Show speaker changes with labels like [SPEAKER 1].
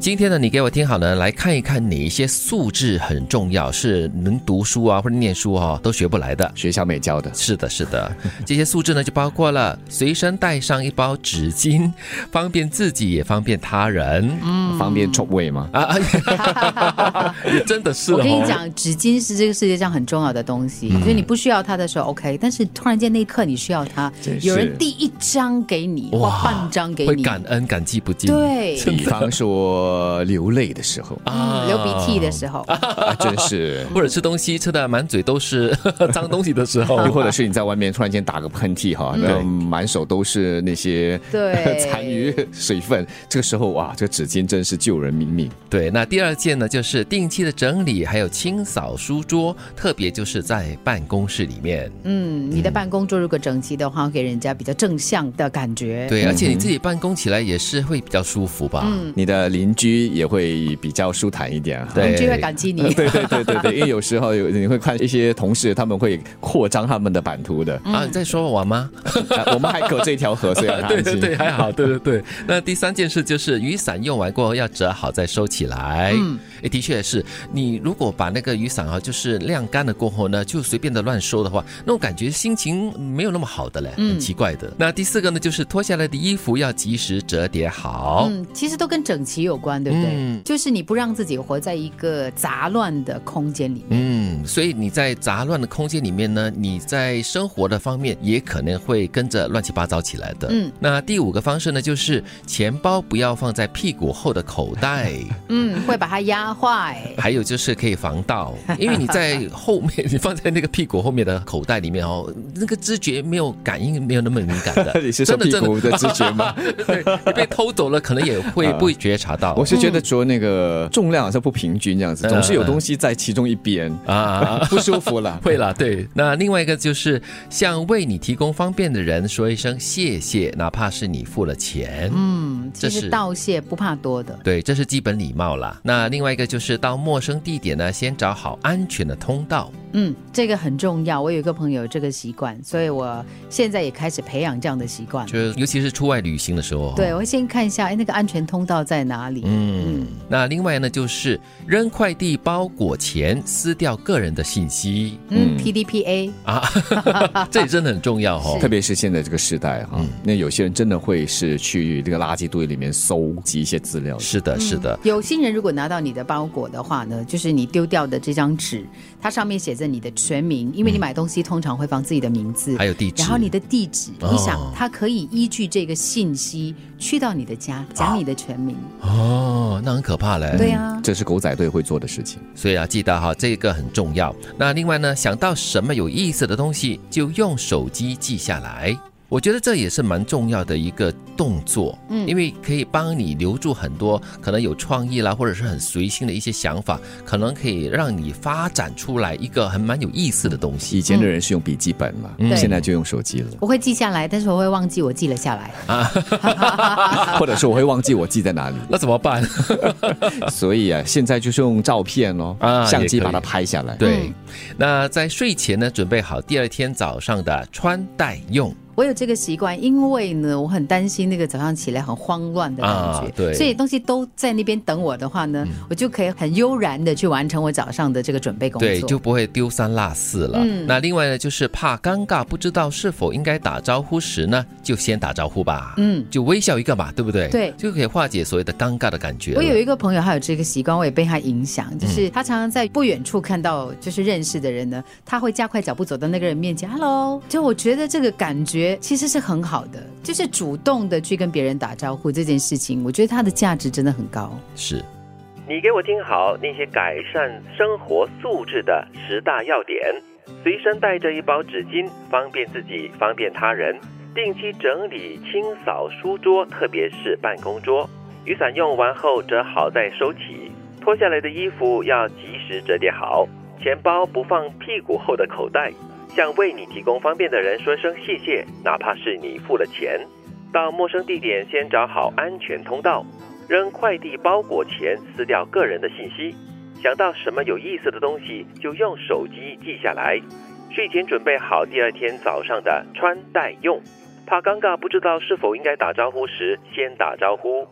[SPEAKER 1] 今天呢，你给我听好了，来看一看哪一些素质很重要，是能读书啊或者念书啊都学不来的。
[SPEAKER 2] 学校没教的，
[SPEAKER 1] 是的，是的，这些素质呢就包括了 随身带上一包纸巾，方便自己也方便他人。
[SPEAKER 3] 嗯
[SPEAKER 2] 方便错位吗？
[SPEAKER 1] 啊啊，真的是、哦。
[SPEAKER 3] 我跟你，讲，纸巾是这个世界上很重要的东西，
[SPEAKER 1] 嗯
[SPEAKER 3] 就是你不需要它的时候 OK，但是突然间那一刻你需要它
[SPEAKER 2] 真，是
[SPEAKER 3] 有人递一张给你，或
[SPEAKER 1] 哇
[SPEAKER 3] 半张给
[SPEAKER 1] 会
[SPEAKER 3] 你，
[SPEAKER 1] 感恩感激不尽。
[SPEAKER 3] 对，
[SPEAKER 2] 比方说流泪的时 候
[SPEAKER 1] 啊
[SPEAKER 3] 嗯流鼻涕的时候，
[SPEAKER 2] 啊，真是。
[SPEAKER 1] 或者吃东西吃的满嘴都是 脏东西的时 候，
[SPEAKER 2] 又或者是你在外面突然间打个喷嚏哈，那满手都是那些
[SPEAKER 3] 对
[SPEAKER 2] 残余水分，这个时候哇，这个纸巾真是救人命命。
[SPEAKER 1] 对，那第二件呢，就是定期的整理，还有清扫书桌，特别就是在办公室里面。
[SPEAKER 3] 嗯，你的办公桌如果整齐的话，给人家比较正向的感觉。
[SPEAKER 1] 对，啊嗯而且你自己办公起来也是会比较舒服吧？
[SPEAKER 3] 嗯
[SPEAKER 2] 你的邻居也会比较舒坦一点哈。呃
[SPEAKER 1] 对
[SPEAKER 3] 邻居会感激你。嗯
[SPEAKER 2] 对对对对对，因为有时候有你会看一些同事，他们会扩张他们的版 图的。
[SPEAKER 1] 啊，你在说我吗？
[SPEAKER 2] 啊我们还隔这条河，所以很 安
[SPEAKER 1] 对
[SPEAKER 2] 心。
[SPEAKER 1] 对对，还好，对对 对。那第三件事就是雨伞用完过后要折好再收起来。嗯，诶，的确是你如果把那个雨伞啊，就是晾干了过后呢，就随便的乱收的话，那种感觉心情没有那么好的嘞，很奇怪的。那第四个呢，就是脱下来的衣服要及时折叠好。
[SPEAKER 3] 嗯，其实都跟整齐有关，对不对？
[SPEAKER 1] 嗯
[SPEAKER 3] 就是你不让自己活在一个杂乱的空间里面。
[SPEAKER 1] 嗯，所以你在杂乱的空间里面呢，你在生活的方面也可能会跟着乱七八糟起来的。
[SPEAKER 3] 嗯，
[SPEAKER 1] 那第五个方式呢，就是钱包不要放在屁股后的口袋，
[SPEAKER 3] 嗯，会把它压坏。
[SPEAKER 1] 还有就是可以防盗，因为你在后面，你放在那个屁股后面的口袋里面哦，那个知觉没有感应，没有那么敏感的，
[SPEAKER 2] 你是说
[SPEAKER 1] 真的
[SPEAKER 2] 屁
[SPEAKER 1] 真
[SPEAKER 2] 股
[SPEAKER 1] 的
[SPEAKER 2] 的知觉 吗？啊
[SPEAKER 1] 对，你被偷走了可能也会不会觉察到
[SPEAKER 2] 我。是觉得说那个重量好像不平均这样子，
[SPEAKER 1] 嗯
[SPEAKER 2] 总是有
[SPEAKER 1] 嗯
[SPEAKER 2] 东西在其中一边，
[SPEAKER 1] 啊啊，啊
[SPEAKER 2] 不舒服 了。
[SPEAKER 1] 会啦，对。那另外一个就是向为你提供方便的人说一声谢谢，哪怕是你付了钱。
[SPEAKER 3] 嗯，其
[SPEAKER 1] 这
[SPEAKER 3] 实
[SPEAKER 1] 是
[SPEAKER 3] 道谢不怕多的。
[SPEAKER 1] 对，这是基本礼貌啦。那另外一个就是到陌生地点呢，先找好安全的通道。
[SPEAKER 3] 嗯，这个很重要。我有一个朋友有这个习惯，所以我现在也开始培养这样的习惯。
[SPEAKER 1] 就是尤其是出外旅行的时候。
[SPEAKER 3] 对，我会先看一下，哎，那个安全通道在哪里？
[SPEAKER 1] 嗯，那另外呢，就是扔快递包裹前撕掉个人的信息
[SPEAKER 3] 嗯，PDPA，
[SPEAKER 1] 啊，这也真的很重要哦。
[SPEAKER 2] 特别是现在这个时代
[SPEAKER 1] 嗯
[SPEAKER 2] 哈、那有些人真的会是去这个垃圾堆里面搜集一些资料的。
[SPEAKER 1] 是的，是的，
[SPEAKER 3] 有心人如果拿到你的包裹的话呢，就是你丢掉的这张纸，它上面写着你的全名，因为你买东西通常会放自己的名字，
[SPEAKER 1] 还有地址。
[SPEAKER 3] 然后你的地址，
[SPEAKER 1] 哦
[SPEAKER 3] 你想它可以依据这个信息去到你的家，讲你的全名。
[SPEAKER 1] 哦，那很可怕嘞。
[SPEAKER 3] 对啊，
[SPEAKER 2] 这是狗仔队会做的事情。
[SPEAKER 1] 所以啊，记得哈，这个很重要。那另外呢，想到什么有意思的东西，就用手机记下来。我觉得这也是蛮重要的一个动作，嗯，因为可以帮你留住很多可能有创意啦，或者是很随性的一些想法，可能可以让你发展出来一个很蛮有意思的东西
[SPEAKER 2] 以前的人是用笔记本嘛，
[SPEAKER 1] 嗯
[SPEAKER 3] 对
[SPEAKER 2] 现在就用手机了，
[SPEAKER 3] 我会记下来，但是我会忘记我记了下来。
[SPEAKER 2] 或者是我会忘记我记在哪里，
[SPEAKER 1] 嗯那怎么办？
[SPEAKER 2] 所以啊，现在就是用照片咯，
[SPEAKER 1] 啊
[SPEAKER 2] 相机
[SPEAKER 1] 也可以
[SPEAKER 2] 把它拍下来。
[SPEAKER 1] 对，那在睡前呢，准备好第二天早上的穿戴用。
[SPEAKER 3] 我有这个习惯，因为呢，我很担心那个早上起来很慌乱的感觉，
[SPEAKER 1] 啊对嗯
[SPEAKER 3] 所以东西都在那边等我的话呢，我就可以很悠然的去完成我早上的这个准备工作。嗯
[SPEAKER 1] 对，就不会丢三落四了。那另外呢，就是怕尴尬，不知道是否应该打招呼时呢，就先打招呼吧。
[SPEAKER 3] 嗯，
[SPEAKER 1] 就微笑一个嘛，对不对？
[SPEAKER 3] 对
[SPEAKER 1] 就可以化解所谓的尴尬的感觉了。
[SPEAKER 3] 我有一个朋友，他有这个习惯，我也被他影响，就是
[SPEAKER 1] 嗯
[SPEAKER 3] 他常常在不远处看到就是认识的人呢，他会加快脚步走到那个人面前，Hello。就我觉得这个感觉其实是很好的，就是主动的去跟别人打招呼这件事情，我觉得它的价值真的很高。
[SPEAKER 1] 是。
[SPEAKER 4] 你给我听好那些改善生活素质的十大要点：随身带着一包纸巾，方便自己，方便他人；定期整理清扫书桌，特别是办公桌；雨伞用完后折好再收起；脱下来的衣服要及时折叠好；钱包不放屁股后的口袋；向为你提供方便的人说声谢谢，哪怕是你付了钱；到陌生地点先找好安全通道。扔快递包裹前撕掉个人的信息，想到什么有意思的东西就用手机记下来，睡前准备好第二天早上的穿戴用，怕尴尬不知道是否应该打招呼时先打招呼。